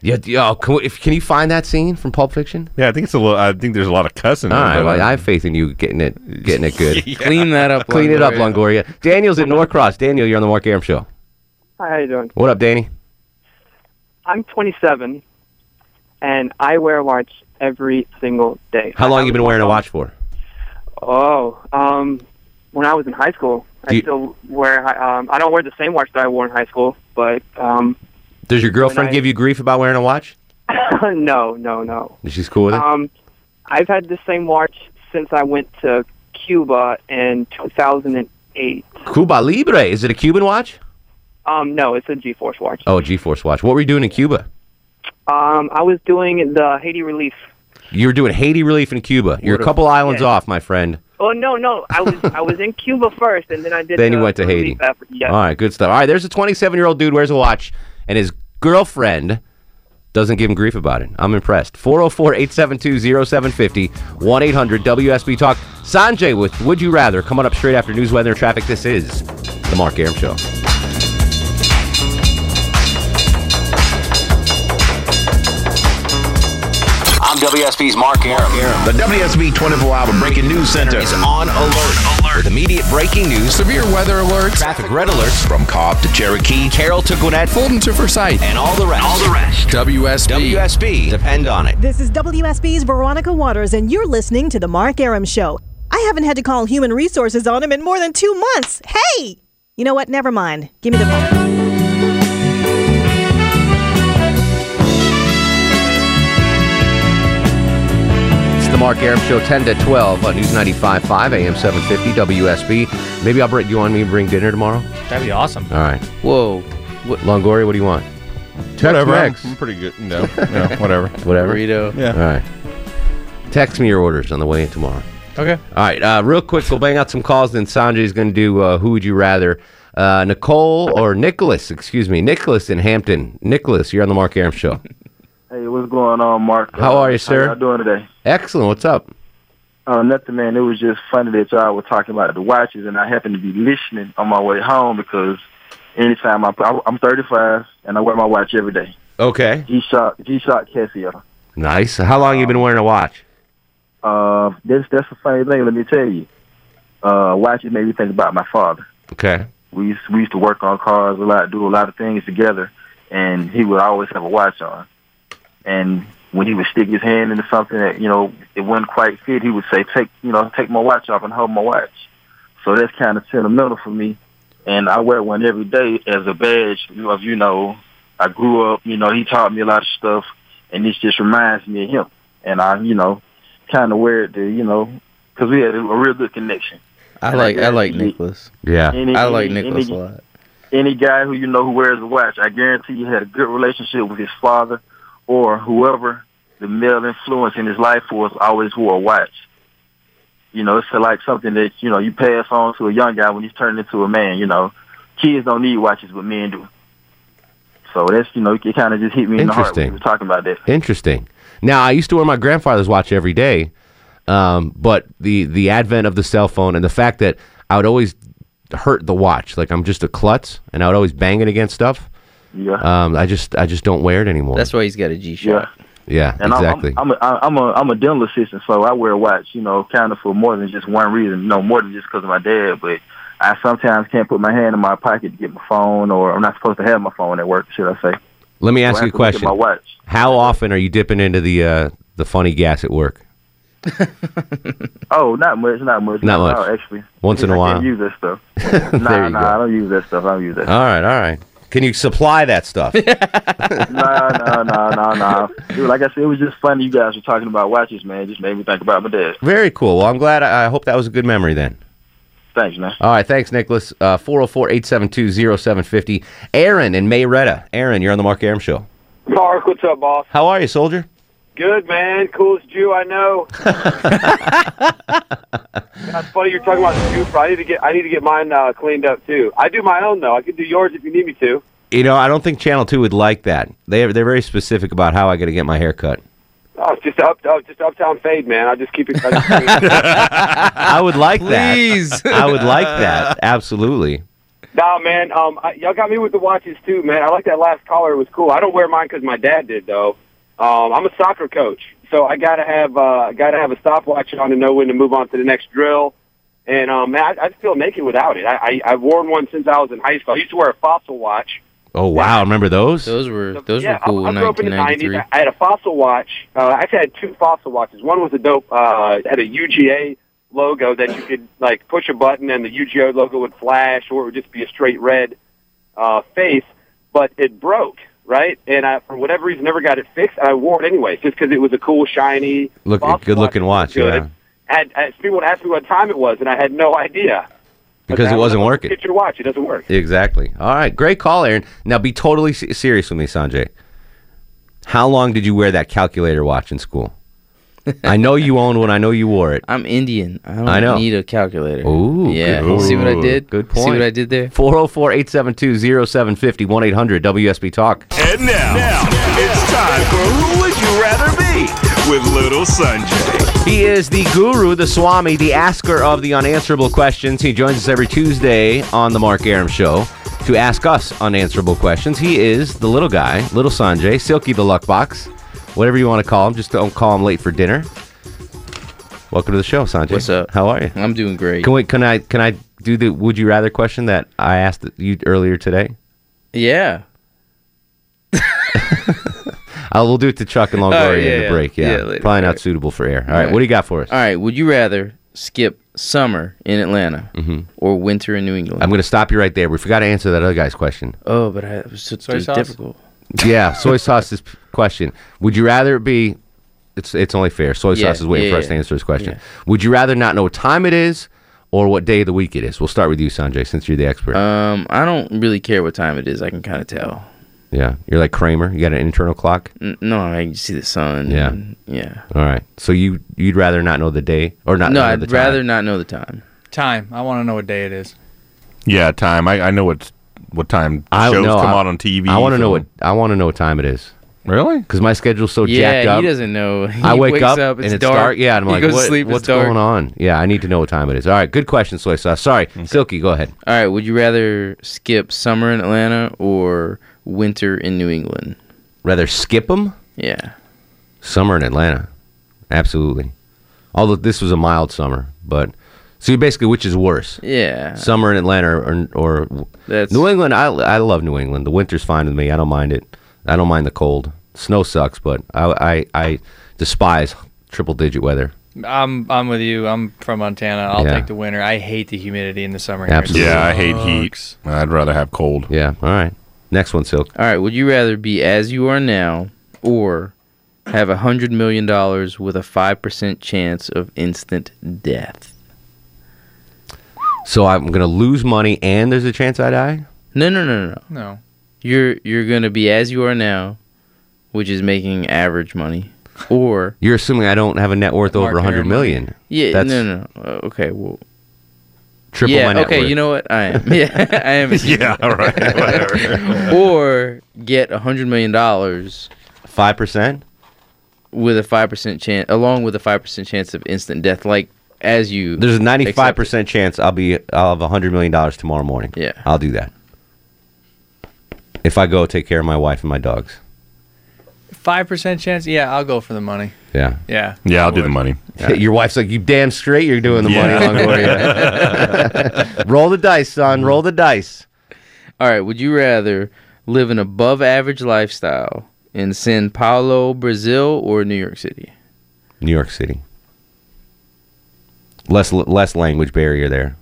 Speaker 6: yeah. d- Oh, can, we, if, can you find that scene from Pulp Fiction?
Speaker 8: Yeah, I think it's a little. I think there's a lot of uh, cussing.
Speaker 6: All right. Well, I have faith in you getting it, getting it good.
Speaker 7: Clean that up.
Speaker 6: Clean it up,
Speaker 7: Longoria.
Speaker 6: Longoria. Daniel's at Norcross. Daniel, you're on the Mark Aram show.
Speaker 16: Hi, how you doing?
Speaker 6: What up, Danny?
Speaker 16: I'm 27, and I wear a watch every single day.
Speaker 6: How long you been wearing a watch for?
Speaker 16: Oh, um, when I was in high school,
Speaker 6: Do
Speaker 16: I
Speaker 6: you-
Speaker 16: still wear. hi- Um, I don't wear the same watch that I wore in high school, but um,
Speaker 6: Does your girlfriend
Speaker 16: I-
Speaker 6: give you grief about wearing a watch?
Speaker 16: no, no, no.
Speaker 6: She's cool with
Speaker 17: Uh,
Speaker 6: it.
Speaker 16: Um, I've had the same watch since I went to Cuba in 2008.
Speaker 6: Cuba Libre. Is it a Cuban watch?
Speaker 16: Um, no, it's a G-force watch.
Speaker 6: Oh, a G-force watch. What were you doing in Cuba?
Speaker 16: Um, I was doing the Haiti relief.
Speaker 6: You were doing Haiti relief in Cuba. You're a couple islands off, my friend.
Speaker 16: Oh no, no, I was I was in Cuba first, and then I did.
Speaker 6: Then you
Speaker 16: the
Speaker 6: went to Haiti.
Speaker 16: relief
Speaker 17: E
Speaker 16: effort. Yes.
Speaker 6: All right, good stuff. All right, there's a 27 year old dude wears a watch, and his girlfriend doesn't give him grief about it. I'm impressed. 404 872 0750 1 800 WSB Talk. Sanjay with Would You Rather coming up straight after news, weather, and traffic. This is The Mark Aram Show.
Speaker 18: I'm WSB's Mark Aram. The WSB 24 hour breaking news center is on alert. Alert. With immediate breaking news, severe weather alerts, traffic red alerts from Cobb to Cherokee, Carroll to Gwinnett, Fulton to Forsyth, and all the rest. All the rest. WSB. WSB. Depend on it.
Speaker 19: This is WSB's Veronica Waters, and you're listening to The Mark Aram Show. I haven't had to call human resources on him in more than two months. Hey! You know what? Never mind. Give me the phone.
Speaker 6: It's the Mark Aram Show, 10 to 12 on News 95.5 AM 750 WSB. Maybe I'll bring you on me and bring dinner tomorrow.
Speaker 9: That'd be awesome.
Speaker 6: All right. Whoa. Longoria, what do you want?
Speaker 8: Whatever. I'm,
Speaker 6: Tex.
Speaker 8: I'm pretty good. No, no, whatever.
Speaker 6: Whatever.
Speaker 8: Burrito. Yeah.
Speaker 6: All right. Text me your orders on the way in tomorrow.
Speaker 9: Okay.
Speaker 6: All right. Uh, real quick, we'll bang out some calls. Then Sanjay's going to do uh, who would you rather? Uh, Nicole or Nicholas? Excuse me, Nicholas in Hampton. Nicholas, you're on the Mark Aram show.
Speaker 17: Hey, what's going on, Mark?
Speaker 6: How are you, sir?
Speaker 17: How y'all doing today?
Speaker 6: Excellent. What's up?
Speaker 17: Uh, nothing, man. It was just funny that y'all were talking about the watches, and I happened to be listening on my way home because anytime I, I I'm 35 and I wear my watch every day.
Speaker 6: Okay.
Speaker 17: G Shock, G Shock Casio.
Speaker 6: Nice. How long you been wearing a watch?
Speaker 17: Uh, that's that's the funny thing. Let me tell you, uh, watches made me think about my father.
Speaker 6: Okay.
Speaker 17: we used, we used to work on cars a lot, do a lot of things together, and he would always have a watch on. And when he would stick his hand into something that you know it wouldn't quite fit, he would say, "Take you know, take my watch off and hold my watch." So that's kind of sentimental for me, and I wear one every day as a badge of you know I grew up. You know, he taught me a lot of stuff, and this just reminds me of him. And I, you know, kind of wear it to you know because we had a real good connection.
Speaker 7: I like I like
Speaker 17: Yeah.
Speaker 7: Nicholas.
Speaker 6: Yeah.
Speaker 17: Any-
Speaker 7: I like
Speaker 17: any-
Speaker 7: Nicholas
Speaker 17: any-
Speaker 7: a lot.
Speaker 17: any guy who you know who wears a watch, I guarantee you had a good relationship with his father or whoever the male influence in his life was always wore a watch. You know, it's like something that, you know, you pass on to a young guy when he's turned into a man, you know. Kids don't need watches, but men do. So that's you know it kind of just hit me in the heart. when
Speaker 6: Interesting.
Speaker 17: We were talking about that.
Speaker 6: Interesting. Now, I used to wear my grandfather's watch every day, um, but the the advent of the cell phone and the fact that I would always hurt the watch, like I'm just a klutz, and I would always bang it against stuff.
Speaker 17: Yeah.
Speaker 6: Um, I just I just don't wear it anymore.
Speaker 7: That's why he's got a G shot.
Speaker 6: yeah,
Speaker 17: And
Speaker 6: exactly.
Speaker 17: I'm, I'm, I'm a I'm a I'm a dental assistant, so I wear a watch. You know, kind of for more than just one reason. You know, more than just because of my dad, but. I sometimes can't put my hand in my pocket to get my phone, or I'm not supposed to have my phone at work, should I say?
Speaker 6: Let me
Speaker 17: So I
Speaker 6: ask
Speaker 17: have
Speaker 6: you a
Speaker 17: to look at
Speaker 6: question.
Speaker 17: my watch.
Speaker 6: How often are you dipping into the uh, the funny gas at work?
Speaker 17: Oh, not much, not much, at
Speaker 6: Not much.
Speaker 17: all, actually,
Speaker 6: Once in a
Speaker 17: I
Speaker 6: while.
Speaker 17: Can't use that stuff.
Speaker 6: There
Speaker 17: nah,
Speaker 6: you
Speaker 17: nah,
Speaker 6: go.
Speaker 17: I don't use that stuff. I don't use that.
Speaker 6: All right, all right. Can you supply that stuff?
Speaker 17: no, no, no, no, no. Dude, like I said, it was just funny. You guys were talking about watches, man. It just made me think about my dad.
Speaker 6: Very cool. Well, I'm glad. I I hope that was a good memory then.
Speaker 17: Thanks, man.
Speaker 6: All right, thanks, Nicholas. Uh, 404 872 0750. oh. Aaron in Mayretta. Aaron, you're on the Mark Aram Show.
Speaker 20: Mark, what's up, boss?
Speaker 6: How are you, soldier?
Speaker 20: Good, man. Coolest Jew I know. That's funny. You're talking about Jew. I need to get I need to get mine uh, cleaned up too. I do my own though. I can do yours if you need me to.
Speaker 6: You know, I don't think Channel 2 would like that. They, they're very specific about how I got to get my hair cut.
Speaker 20: Oh, it's just up, oh, just uptown fade, man. I just keep it. I just keep it.
Speaker 6: I would like
Speaker 20: Please.
Speaker 6: that. I would like that. Absolutely.
Speaker 20: nah, man. Um, I, y'all got me with the watches too, man. I like that last collar. It was cool. I don't wear mine because my dad did though. Um, I'm a soccer coach, so I gotta have uh, gotta have a stopwatch on to know when to move on to the next drill. And um, man, I, I feel naked without it. I, I I've worn one since I was in high school. I used to wear a fossil watch.
Speaker 6: Oh, wow. Remember those? Those
Speaker 7: were those
Speaker 20: yeah, I- I, grew up in the 90s. I had a Fossil watch. Uh, I actually had two Fossil watches. One was a dope, uh, it had a UGA logo that you could, like, push a button and the UGA logo would flash or it would just be a straight red uh, face. But it broke, right? And I, for whatever reason, never got it fixed. And I wore it anyway, just because it was a cool, shiny.
Speaker 6: Look, good looking watch.
Speaker 20: good.
Speaker 6: Yeah.
Speaker 20: And, and people would ask me what time it was, and I had no idea.
Speaker 6: Because it wasn't working.
Speaker 20: Get your watch. It doesn't work.
Speaker 6: Exactly. All right. Great call, Aaron. Now be totally se- serious with me, Sanjay. How long did you wear that calculator watch in school? I know you owned one. I know you wore it.
Speaker 7: I'm Indian. I don't
Speaker 6: I know.
Speaker 7: need a calculator.
Speaker 6: Ooh.
Speaker 7: Yeah.
Speaker 6: good
Speaker 7: See what I
Speaker 6: point.
Speaker 7: did?
Speaker 6: Good
Speaker 7: See
Speaker 6: point.
Speaker 7: what I did there?
Speaker 6: 404 872 0750 1 800 WSB Talk.
Speaker 2: And now, it's time for Who Would You Rather Be with Little Sanjay.
Speaker 6: He is the guru, the swami, the asker of the unanswerable questions. He joins us every Tuesday on The Mark Aram Show to ask us unanswerable questions. He is the little guy, little Sanjay, Silky the Luck Box, whatever you want to call him. Just don't call him late for dinner. Welcome to the show, Sanjay. What's up? How are you?
Speaker 7: I'm doing great.
Speaker 6: Can we? Can I? Can I do the Would you rather question that I asked you earlier today?
Speaker 7: Yeah.
Speaker 6: I will do it to Chuck and Longoria
Speaker 7: Oh, yeah,
Speaker 6: in the
Speaker 7: yeah.
Speaker 6: break. Yeah,
Speaker 7: Yeah, later.
Speaker 6: probably not suitable for air. All right,
Speaker 7: Right.
Speaker 6: what do you got for us?
Speaker 7: All right. Would you rather skip summer in Atlanta or winter in New England?
Speaker 6: Mm-hmm. I'm going to stop you right there. We forgot to answer that other guy's question.
Speaker 7: Oh, but I, it was so,
Speaker 9: Soy
Speaker 7: so
Speaker 9: sauce?
Speaker 7: difficult.
Speaker 6: yeah, soy sauce is question. Would you rather it be? It's it's only fair. Soy
Speaker 7: Yeah,
Speaker 6: sauce is waiting
Speaker 7: yeah,
Speaker 6: for us to
Speaker 7: yeah.
Speaker 6: answer this question. Would you rather not know what time it is or what day of the week it is? We'll start with you, Sanjay, since you're the expert.
Speaker 7: Um, I don't really care what time it is. I can kind of tell.
Speaker 6: yeah, you're like Kramer. You got an internal clock.
Speaker 7: N- No, I can see the sun.
Speaker 6: Yeah.
Speaker 7: and- yeah.
Speaker 6: All right. So you you'd rather not know the day or not?
Speaker 7: no,
Speaker 6: know
Speaker 7: I'd
Speaker 6: the time?
Speaker 7: rather not know the time.
Speaker 9: Time. I want to know what day it is.
Speaker 8: Yeah, time. I, I know what's what time
Speaker 6: I
Speaker 8: shows
Speaker 6: no,
Speaker 8: come
Speaker 6: I-
Speaker 8: out on TV.
Speaker 6: I want to
Speaker 8: so-
Speaker 6: know what I want to know what time it is.
Speaker 8: Really?
Speaker 6: Because my schedule's so
Speaker 7: Yeah,
Speaker 6: jacked
Speaker 7: he
Speaker 6: up.
Speaker 7: doesn't know. He
Speaker 6: I wake
Speaker 7: wakes
Speaker 6: up,
Speaker 7: up,
Speaker 6: and
Speaker 7: it's
Speaker 6: it's dark.
Speaker 7: dark.
Speaker 6: Yeah, and I'm
Speaker 7: He
Speaker 6: like,
Speaker 7: goes to
Speaker 6: what-
Speaker 7: sleep, it's
Speaker 6: what's
Speaker 7: dark.
Speaker 6: going on? Yeah, I need to know what time it is. All right, good question, soy sauce. Sorry, Silky, go ahead.
Speaker 7: All right. Would you rather skip summer in Atlanta or winter in New England?
Speaker 6: Rather skip them?
Speaker 7: Yeah.
Speaker 6: Summer in Atlanta, absolutely. Although this was a mild summer, but so you basically, which is worse?
Speaker 7: Yeah.
Speaker 6: summer in Atlanta or, or
Speaker 7: That's-
Speaker 6: New England. I I love New England. The winter's fine with me. I don't mind it. I don't mind the cold. Snow sucks, but I I, I despise triple digit weather.
Speaker 9: I'm I'm with you. I'm from Montana. I'll
Speaker 6: Yeah.
Speaker 9: take the winter. I hate the humidity in the summer.
Speaker 6: Absolutely.
Speaker 8: Yeah, I hate heat. I'd rather have cold.
Speaker 6: Yeah. All right. Next one, Silk.
Speaker 7: All right. Would you rather be as you are now or have a hundred million dollars with a five percent chance of instant death?
Speaker 6: So I'm gonna lose money, and there's a chance I die.
Speaker 7: No, no, no, no, no.
Speaker 9: No.
Speaker 7: You're you're gonna be as you are now, which is making average money, or
Speaker 6: You're assuming I don't have a net worth over
Speaker 7: Mark
Speaker 6: 100
Speaker 7: Aaron
Speaker 6: million.
Speaker 7: yeah,
Speaker 6: That's
Speaker 7: no, no, no. Uh, okay, well,
Speaker 6: Triple
Speaker 7: yeah,
Speaker 6: my net
Speaker 7: okay,
Speaker 6: worth.
Speaker 7: you know what? I am. Yeah, I am.
Speaker 6: Yeah, all right, whatever.
Speaker 7: or get a $100 million. 5%? With a 5% chance, along with a 5% chance of instant death, like as you.
Speaker 6: There's a
Speaker 7: accept
Speaker 6: 95 percent chance I'll be I'll have 100 million dollars tomorrow morning.
Speaker 7: Yeah.
Speaker 6: I'll do that. If I go take care of my wife and my dogs.
Speaker 9: Five percent chance. Yeah, I'll go for the money.
Speaker 6: Yeah.
Speaker 9: Yeah.
Speaker 8: Yeah, I'll do the money.
Speaker 6: Your wife's like, you damn straight you're doing the
Speaker 8: Yeah.
Speaker 6: money, Longoria. Roll the dice, son. Roll the dice.
Speaker 7: All right. Would you rather live an above average lifestyle in Sao Paulo, Brazil, or New York City?
Speaker 6: New York City. Less less language barrier there.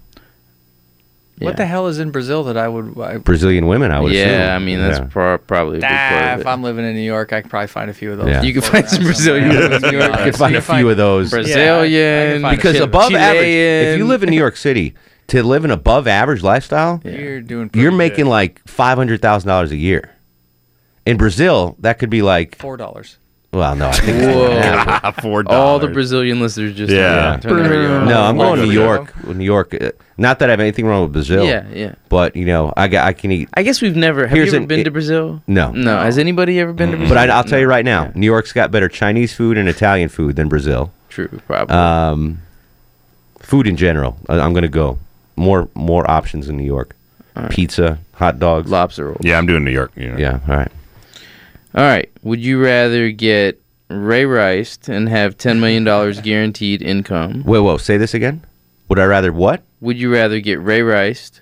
Speaker 9: What the hell is in Brazil that I would? I,
Speaker 6: Brazilian women, I would
Speaker 7: yeah,
Speaker 6: assume.
Speaker 7: I mean, that's
Speaker 6: Yeah.
Speaker 7: pro- probably a big
Speaker 9: Ah,
Speaker 7: part
Speaker 9: if
Speaker 7: of it.
Speaker 9: I'm living in New York, I could probably find a few of those.
Speaker 7: You can find some Brazilian.
Speaker 6: You can find a few of those.
Speaker 7: Brazilian.
Speaker 6: because above average, if you live in New York City, to live an above average lifestyle,
Speaker 9: You're doing
Speaker 6: you're making like five hundred thousand dollars a year. In Brazil, that could be like
Speaker 9: four dollars.
Speaker 6: Well, no, I think it's more than that.
Speaker 7: Whoa. All the Brazilian listeners just
Speaker 6: Yeah.
Speaker 7: turn the radio on.
Speaker 6: No, I'm
Speaker 7: Where
Speaker 6: going
Speaker 7: do
Speaker 6: to New
Speaker 7: we go?
Speaker 6: York. New York. uh, Not that I have anything wrong with Brazil.
Speaker 7: Yeah, yeah.
Speaker 6: But you know, I got I can eat.
Speaker 7: I guess we've never. Have
Speaker 6: Here's
Speaker 7: you ever
Speaker 6: an-
Speaker 7: been
Speaker 6: it-
Speaker 7: to Brazil?
Speaker 6: No.
Speaker 7: No. Has anybody ever been to Brazil?
Speaker 6: But I, I'll tell you right now, New York's got better Chinese food and Italian food than Brazil.
Speaker 7: True, probably.
Speaker 6: Um, food in general, I, I'm going to go more more options in New York. Pizza, hot dogs,
Speaker 7: lobster rolls.
Speaker 6: Yeah, I'm doing New York. Yeah, all right.
Speaker 7: All right. Would you rather get Ray Rice and have ten million dollars guaranteed income?
Speaker 6: Wait, whoa, say this again. Would I rather what?
Speaker 7: Would you rather get Ray Rice?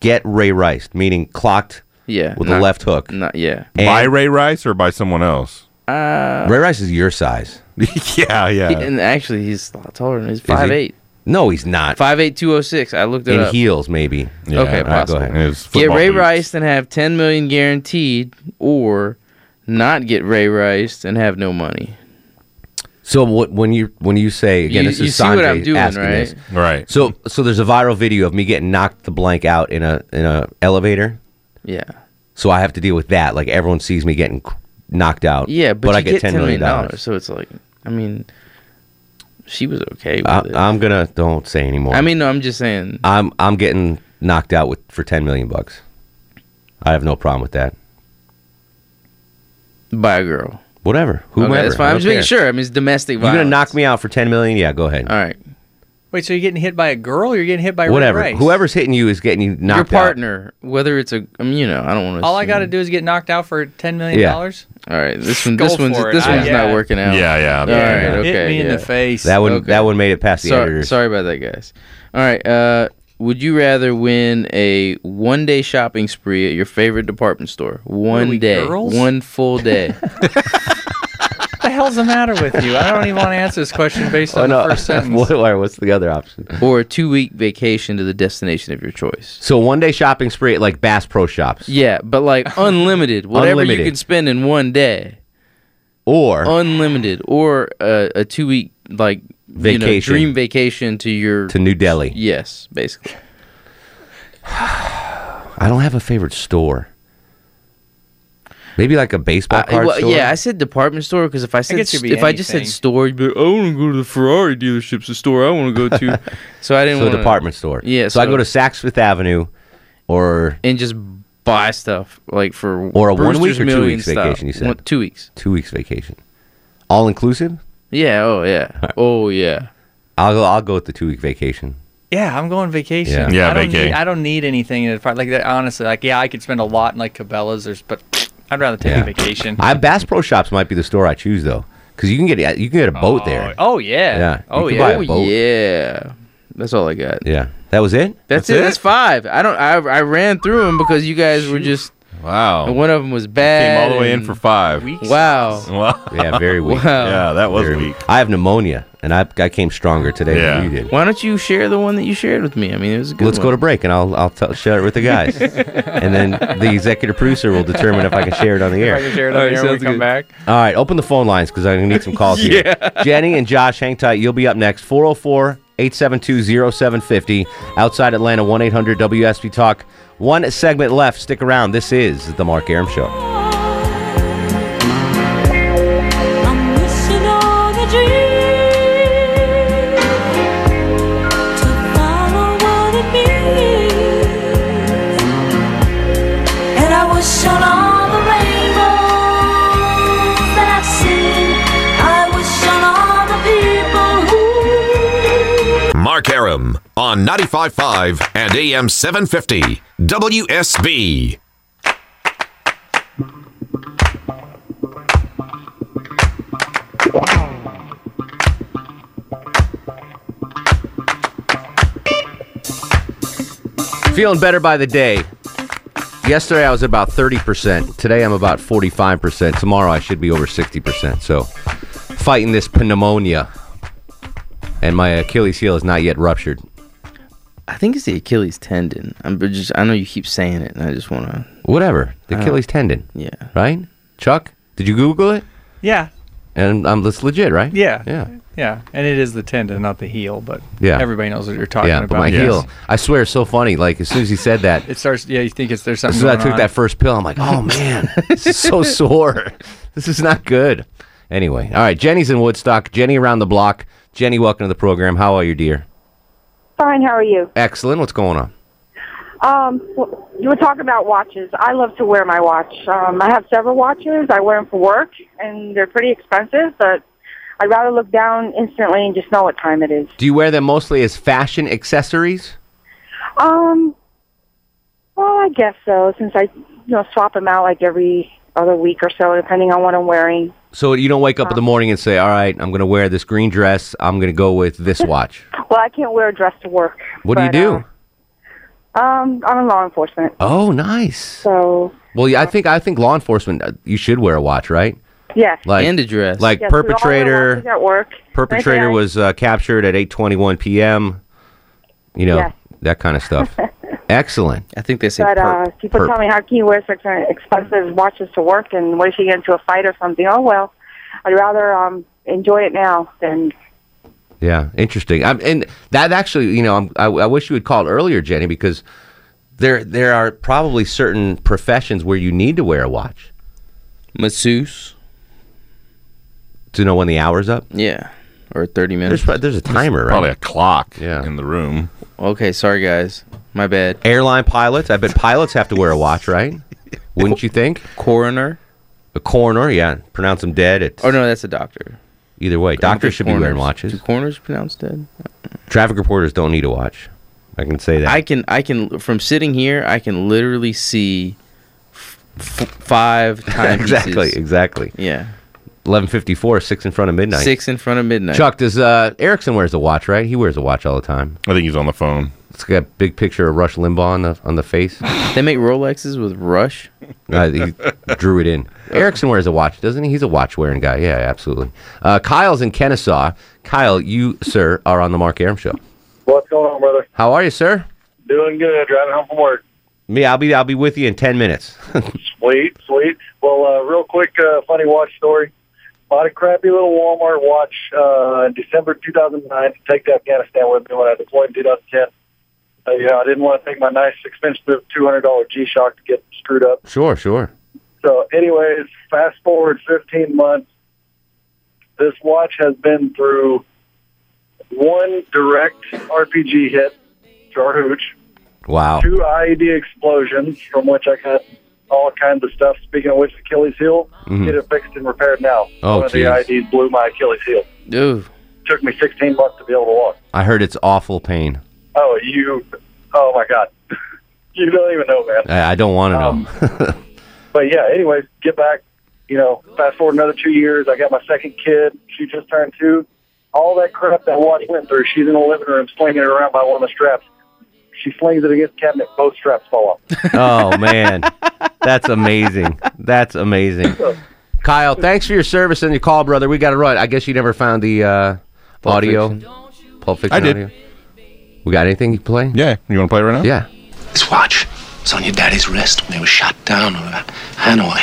Speaker 6: Get Ray Rice, meaning clocked.
Speaker 7: Yeah,
Speaker 6: with a
Speaker 7: not-
Speaker 6: left hook.
Speaker 7: Not yeah.
Speaker 8: by Ray Rice or by someone else?
Speaker 7: Uh,
Speaker 6: Ray Rice is your size.
Speaker 8: yeah, yeah.
Speaker 7: he- and actually, he's a lot taller than me. he's
Speaker 6: Uh, he?
Speaker 7: five eight.
Speaker 6: No, he's not.
Speaker 7: Five eight two oh six. I looked it
Speaker 6: In
Speaker 7: up.
Speaker 6: heels, maybe.
Speaker 7: Yeah, Okay,
Speaker 6: All right, go
Speaker 7: possible.
Speaker 6: ahead.
Speaker 7: Get Ray Rice and have ten million guaranteed, or not get Ray Rice and have no money.
Speaker 6: So what, when you when you say again,
Speaker 7: You-
Speaker 6: this
Speaker 7: you
Speaker 6: is
Speaker 7: see what
Speaker 6: Sanjay
Speaker 7: I'm doing,
Speaker 6: asking this.
Speaker 7: right?
Speaker 8: Right.
Speaker 6: So so there's a viral video of me getting knocked the blank out in a in a elevator.
Speaker 7: Yeah.
Speaker 6: So I have to deal with that. Like everyone sees me getting cr- knocked out.
Speaker 7: Yeah, but, you
Speaker 6: I get ten million dollars.
Speaker 7: So it's like, I mean, she was okay with
Speaker 6: I-
Speaker 7: it.
Speaker 6: I'm gonna don't say anymore.
Speaker 7: I mean, no, I'm just saying.
Speaker 6: I'm I'm getting knocked out with for ten million bucks. I have no problem with that.
Speaker 7: By a girl.
Speaker 6: Whatever.
Speaker 7: Okay,
Speaker 6: Whoever.
Speaker 7: that's
Speaker 6: I
Speaker 7: fine. I'm
Speaker 6: don't
Speaker 7: just making
Speaker 6: care.
Speaker 7: sure. I mean, it's domestic
Speaker 6: You're gonna
Speaker 7: violence.
Speaker 6: knock me out for ten million? Yeah, go ahead.
Speaker 7: All right.
Speaker 9: Wait, so you're getting hit by a girl? You're getting hit by Ray
Speaker 6: Whatever.
Speaker 9: Rice?
Speaker 6: Whoever's hitting you is getting you knocked
Speaker 7: Your
Speaker 6: out.
Speaker 7: partner, whether it's a, I mean, you know, I don't want to.
Speaker 9: All I got to do is get knocked out for ten million dollars.
Speaker 7: All right, this one,
Speaker 9: Go
Speaker 7: this one's,
Speaker 9: for it.
Speaker 7: this
Speaker 9: I-
Speaker 7: one's
Speaker 9: yeah.
Speaker 7: not working out.
Speaker 6: Yeah, yeah,
Speaker 7: All
Speaker 6: yeah, yeah.
Speaker 7: right,
Speaker 6: Hit
Speaker 7: okay.
Speaker 6: me in
Speaker 9: the
Speaker 7: yeah.
Speaker 9: face.
Speaker 6: That one that one made it past the
Speaker 7: Sorry-
Speaker 6: editors.
Speaker 7: Sorry about that, guys. All right. Uh, would you rather win a one day shopping spree at your favorite department store? One
Speaker 9: we,
Speaker 7: day.
Speaker 9: girls?
Speaker 7: One full day.
Speaker 9: What the hell's the matter with you? I don't even want to answer this question based on the first sentence.
Speaker 6: Oh, What- what- what's the other option?
Speaker 7: or a two week vacation to the destination of your choice.
Speaker 6: So one day shopping spree at like Bass Pro Shops.
Speaker 7: Yeah, but like unlimited. Whatever you
Speaker 6: Unlimited.
Speaker 7: can spend in one day.
Speaker 6: Or
Speaker 7: unlimited. Or a, a two week like you know,
Speaker 6: Vacation.
Speaker 7: dream vacation to your
Speaker 6: To New Delhi.
Speaker 7: Yes, basically.
Speaker 6: I don't have a favorite store. Maybe like a baseball
Speaker 7: I-
Speaker 6: card
Speaker 7: Uh, well,
Speaker 6: store.
Speaker 7: Yeah, I said department store because if I said
Speaker 9: guess it'd
Speaker 7: st-
Speaker 9: be
Speaker 7: if I just said
Speaker 9: anything.
Speaker 7: store, you'd be like, I want to go to the Ferrari dealership's the store I want to go to. so I didn't.
Speaker 6: so a
Speaker 7: wanna-
Speaker 6: department store.
Speaker 7: Yeah.
Speaker 6: So, I go to Saks Fifth Avenue, or
Speaker 7: and just buy stuff like for
Speaker 6: or a one week
Speaker 7: Brewster's
Speaker 6: or two
Speaker 7: Million
Speaker 6: weeks
Speaker 7: style.
Speaker 6: vacation. You said
Speaker 7: One- two weeks.
Speaker 6: Two weeks vacation, all inclusive.
Speaker 7: Yeah. Oh yeah. Oh yeah.
Speaker 6: I'll go. I'll go with the two week vacation.
Speaker 9: Yeah, I'm going vacation.
Speaker 6: Yeah. Yeah,
Speaker 9: I don't
Speaker 6: vacay.
Speaker 9: Need, I don't need anything in the part like that. Honestly, like yeah, I could spend a lot in like Cabela's, or, s- but I'd rather take
Speaker 6: Yeah.
Speaker 9: a vacation.
Speaker 6: I Bass Pro Shops might be the store I choose though, because you can get you can get a boat there.
Speaker 9: oh yeah.
Speaker 6: Yeah, you
Speaker 7: Oh
Speaker 6: can
Speaker 7: yeah.
Speaker 6: buy a
Speaker 7: Oh
Speaker 6: boat.
Speaker 7: yeah. That's all I got.
Speaker 6: Yeah, that was it.
Speaker 7: That's, it. That's five. I don't. I, I ran through them because you guys were just.
Speaker 8: Wow.
Speaker 7: One of them was bad.
Speaker 8: Came all the way in
Speaker 7: and-
Speaker 8: for five.
Speaker 7: Wow.
Speaker 8: Wow.
Speaker 6: Yeah, very
Speaker 7: Wow.
Speaker 6: weak.
Speaker 8: Yeah, that was
Speaker 6: Very
Speaker 8: weak.
Speaker 6: I have pneumonia, and I, I came stronger today
Speaker 8: Yeah.
Speaker 6: than you did.
Speaker 7: Why don't you share the one that you shared with me? I mean, it was a good.
Speaker 6: Let's go
Speaker 7: one.
Speaker 6: to break, and I'll I'll tell, share it with the guys, and then the executive producer will determine if I can share it on the air.
Speaker 9: If I can share it on
Speaker 7: All
Speaker 9: the
Speaker 7: right,
Speaker 9: air when we
Speaker 7: sounds
Speaker 9: come
Speaker 7: good.
Speaker 9: back.
Speaker 6: All right, open the phone lines because I need some calls here. Jenny and Josh, hang tight. You'll be up next. 404 872 0750. Outside Atlanta, 1 800 WSB Talk. One segment left. Stick around. This is The Mark Aram Show.
Speaker 5: Missing all the dreams to follow what it means.
Speaker 21: Mark Aram on 95.5 and AM 750 WSB.
Speaker 6: Feeling better by the day. Yesterday I was at about 30%. Today I'm about 45%. Tomorrow I should be over 60%. So fighting this pneumonia. And my Achilles heel is not yet ruptured.
Speaker 7: I think it's the Achilles tendon. I'm but just I know you keep saying it, and I just want to
Speaker 6: Whatever. The
Speaker 7: I don't-
Speaker 6: Achilles tendon.
Speaker 7: Yeah.
Speaker 6: Right? Chuck, did you Google it?
Speaker 9: Yeah.
Speaker 6: And um, that's legit, right?
Speaker 9: Yeah.
Speaker 6: Yeah.
Speaker 9: Yeah. And it is the tendon, not the heel, but
Speaker 6: Yeah.
Speaker 9: everybody knows what you're talking
Speaker 6: yeah,
Speaker 9: about.
Speaker 6: but my heel. I swear it's so funny. Like, as soon as he said that,
Speaker 9: It starts, yeah, you think it's there's something
Speaker 6: as soon as I
Speaker 9: going
Speaker 6: took
Speaker 9: on.
Speaker 6: that first pill, I'm like, oh man, this is so sore. This is not good. Anyway, all right, Jenny's in Woodstock. Jenny around the block. Jenny, welcome to the program. How are you, dear?
Speaker 22: Fine. How are you?
Speaker 6: Excellent. What's going on?
Speaker 22: Um, w- you were talking about watches. I love to wear my watch. Um, I have several watches. I wear them for work, and they're pretty expensive, but I'd rather look down instantly and just know what time it is.
Speaker 6: Do you wear them mostly as fashion accessories?
Speaker 22: Um, well, I guess so. Since I, you know, swap them out like every other week or so, depending on what I'm wearing.
Speaker 6: So you don't wake up in the morning and say, all right, I'm going to wear this green dress. I'm going to go with this watch.
Speaker 22: Well, I can't wear a dress to work.
Speaker 6: What do you
Speaker 22: But,
Speaker 6: do?
Speaker 22: Um, I'm in law enforcement,
Speaker 6: oh, nice.
Speaker 22: so
Speaker 6: Well, yeah, I think I think law enforcement. uh, You should wear a watch, right?
Speaker 22: yes.
Speaker 6: and
Speaker 7: a dress.
Speaker 6: Like
Speaker 22: Yes, we all wear watches
Speaker 6: perpetrator.
Speaker 22: at work.
Speaker 6: Perpetrator
Speaker 22: Anything I-
Speaker 6: was uh, captured at 8:21 p.m. You know
Speaker 22: Yes.
Speaker 6: that kind of stuff. Excellent.
Speaker 7: I think they
Speaker 22: But uh, people tell me, how can you wear such an expensive watches to work, and what if you get into a fight or something? Oh well, I'd rather um, enjoy it now than
Speaker 6: Yeah, interesting. I'm, and that actually, you know, I'm, I, I wish you had called earlier, Jenny, because there there are probably certain professions where you need to wear a watch.
Speaker 7: masseuse
Speaker 6: to know when the hour's up.
Speaker 7: Yeah, or thirty minutes.
Speaker 6: There's pro- there's a timer, right?
Speaker 7: probably a
Speaker 6: clock. Yeah.
Speaker 7: in the room. Okay, sorry guys, my bad.
Speaker 6: Airline pilots. I bet pilots have to wear a watch, right? Wouldn't you think?
Speaker 7: Coroner.
Speaker 6: A coroner. Yeah. Pronounce them dead. It's
Speaker 7: Oh no, that's a doctor.
Speaker 6: either way. Doctors should be wearing watches.
Speaker 7: Do coroners pronounce dead?
Speaker 6: Traffic reporters don't need a watch. I can say that.
Speaker 7: I can I can from sitting here I can literally see f- f- five times
Speaker 6: exactly. Exactly.
Speaker 7: Yeah.
Speaker 6: Eleven fifty four. Six in front of midnight.
Speaker 7: Six in front of midnight.
Speaker 6: Chuck does. Uh, Erickson wears a watch, right? He wears a watch all the time. I think he's on the phone. It's got a big picture of Rush Limbaugh on the on the face.
Speaker 7: They make Rolexes with Rush.
Speaker 6: Uh, he drew it in. Erickson wears a watch, doesn't he? He's a watch wearing guy. Yeah, absolutely. Uh, Kyle's in Kennesaw. Kyle, you sir are on the Mark Aram show.
Speaker 23: What's going on, brother?
Speaker 6: How are you, sir?
Speaker 23: Doing good. Driving home from work.
Speaker 6: Me, I'll be I'll be with you in ten minutes.
Speaker 23: Sweet, sweet. Well, uh, real quick, uh, funny watch story. Bought a crappy little Walmart watch uh, in December 2009 to take to Afghanistan with me when I deployed in 2010. Uh, you know, I didn't want to take my nice, expensive $200 G-Shock to get screwed up.
Speaker 6: sure, sure.
Speaker 23: So, anyways, fast forward 15 months. This watch has been through one direct RPG hit, Jarhooch.
Speaker 6: Wow.
Speaker 23: Two IED explosions from which I got all kinds of stuff. Speaking of which, Achilles heel,
Speaker 6: Mhm.
Speaker 23: get it fixed and repaired now.
Speaker 6: Oh,
Speaker 23: One of the
Speaker 6: geez.
Speaker 23: IEDs blew my Achilles heel.
Speaker 7: Dude,
Speaker 23: Took me 16 months to be able to walk.
Speaker 6: I heard it's awful pain.
Speaker 23: Oh, you, oh my God. you don't even know, man.
Speaker 6: I, I don't want to know.
Speaker 23: But yeah, anyways, get back. You know, fast forward another two years. I got my second kid. She just turned two. All that crap that watch went through. She's in the living room slinging it around by one of the straps. She flings it against the cabinet. Both straps fall off.
Speaker 6: oh man, that's amazing. That's amazing. Kyle, thanks for your service and your call, brother. We got to run. I guess you never found the uh, audio. Pulp Fiction
Speaker 8: I did.
Speaker 6: Audio. We got anything you can play?
Speaker 8: Yeah, you want to play it right now?
Speaker 6: Yeah.
Speaker 24: This watch was on your daddy's wrist when he was shot down over Hanoi.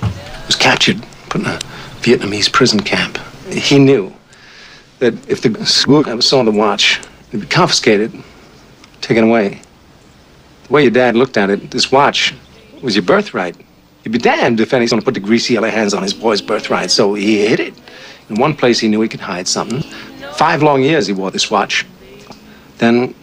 Speaker 24: He was captured, put in a Vietnamese prison camp. He knew that if the school ever saw the watch, it'd be confiscated, taken away. The way your dad looked at it, this watch was your birthright. You'd be damned if anybody's gonna put the greasy yellow hands on his boy's birthright, so he hid it. In one place he knew he could hide something. Five long years he wore this watch. Then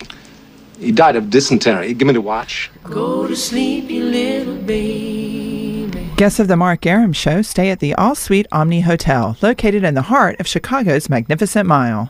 Speaker 24: he died of dysentery. He gave me the watch.
Speaker 11: Go to sleep, you little baby.
Speaker 25: Guests of the Mark Aram Show stay at the All Suite Omni Hotel, located in the heart of Chicago's Magnificent Mile.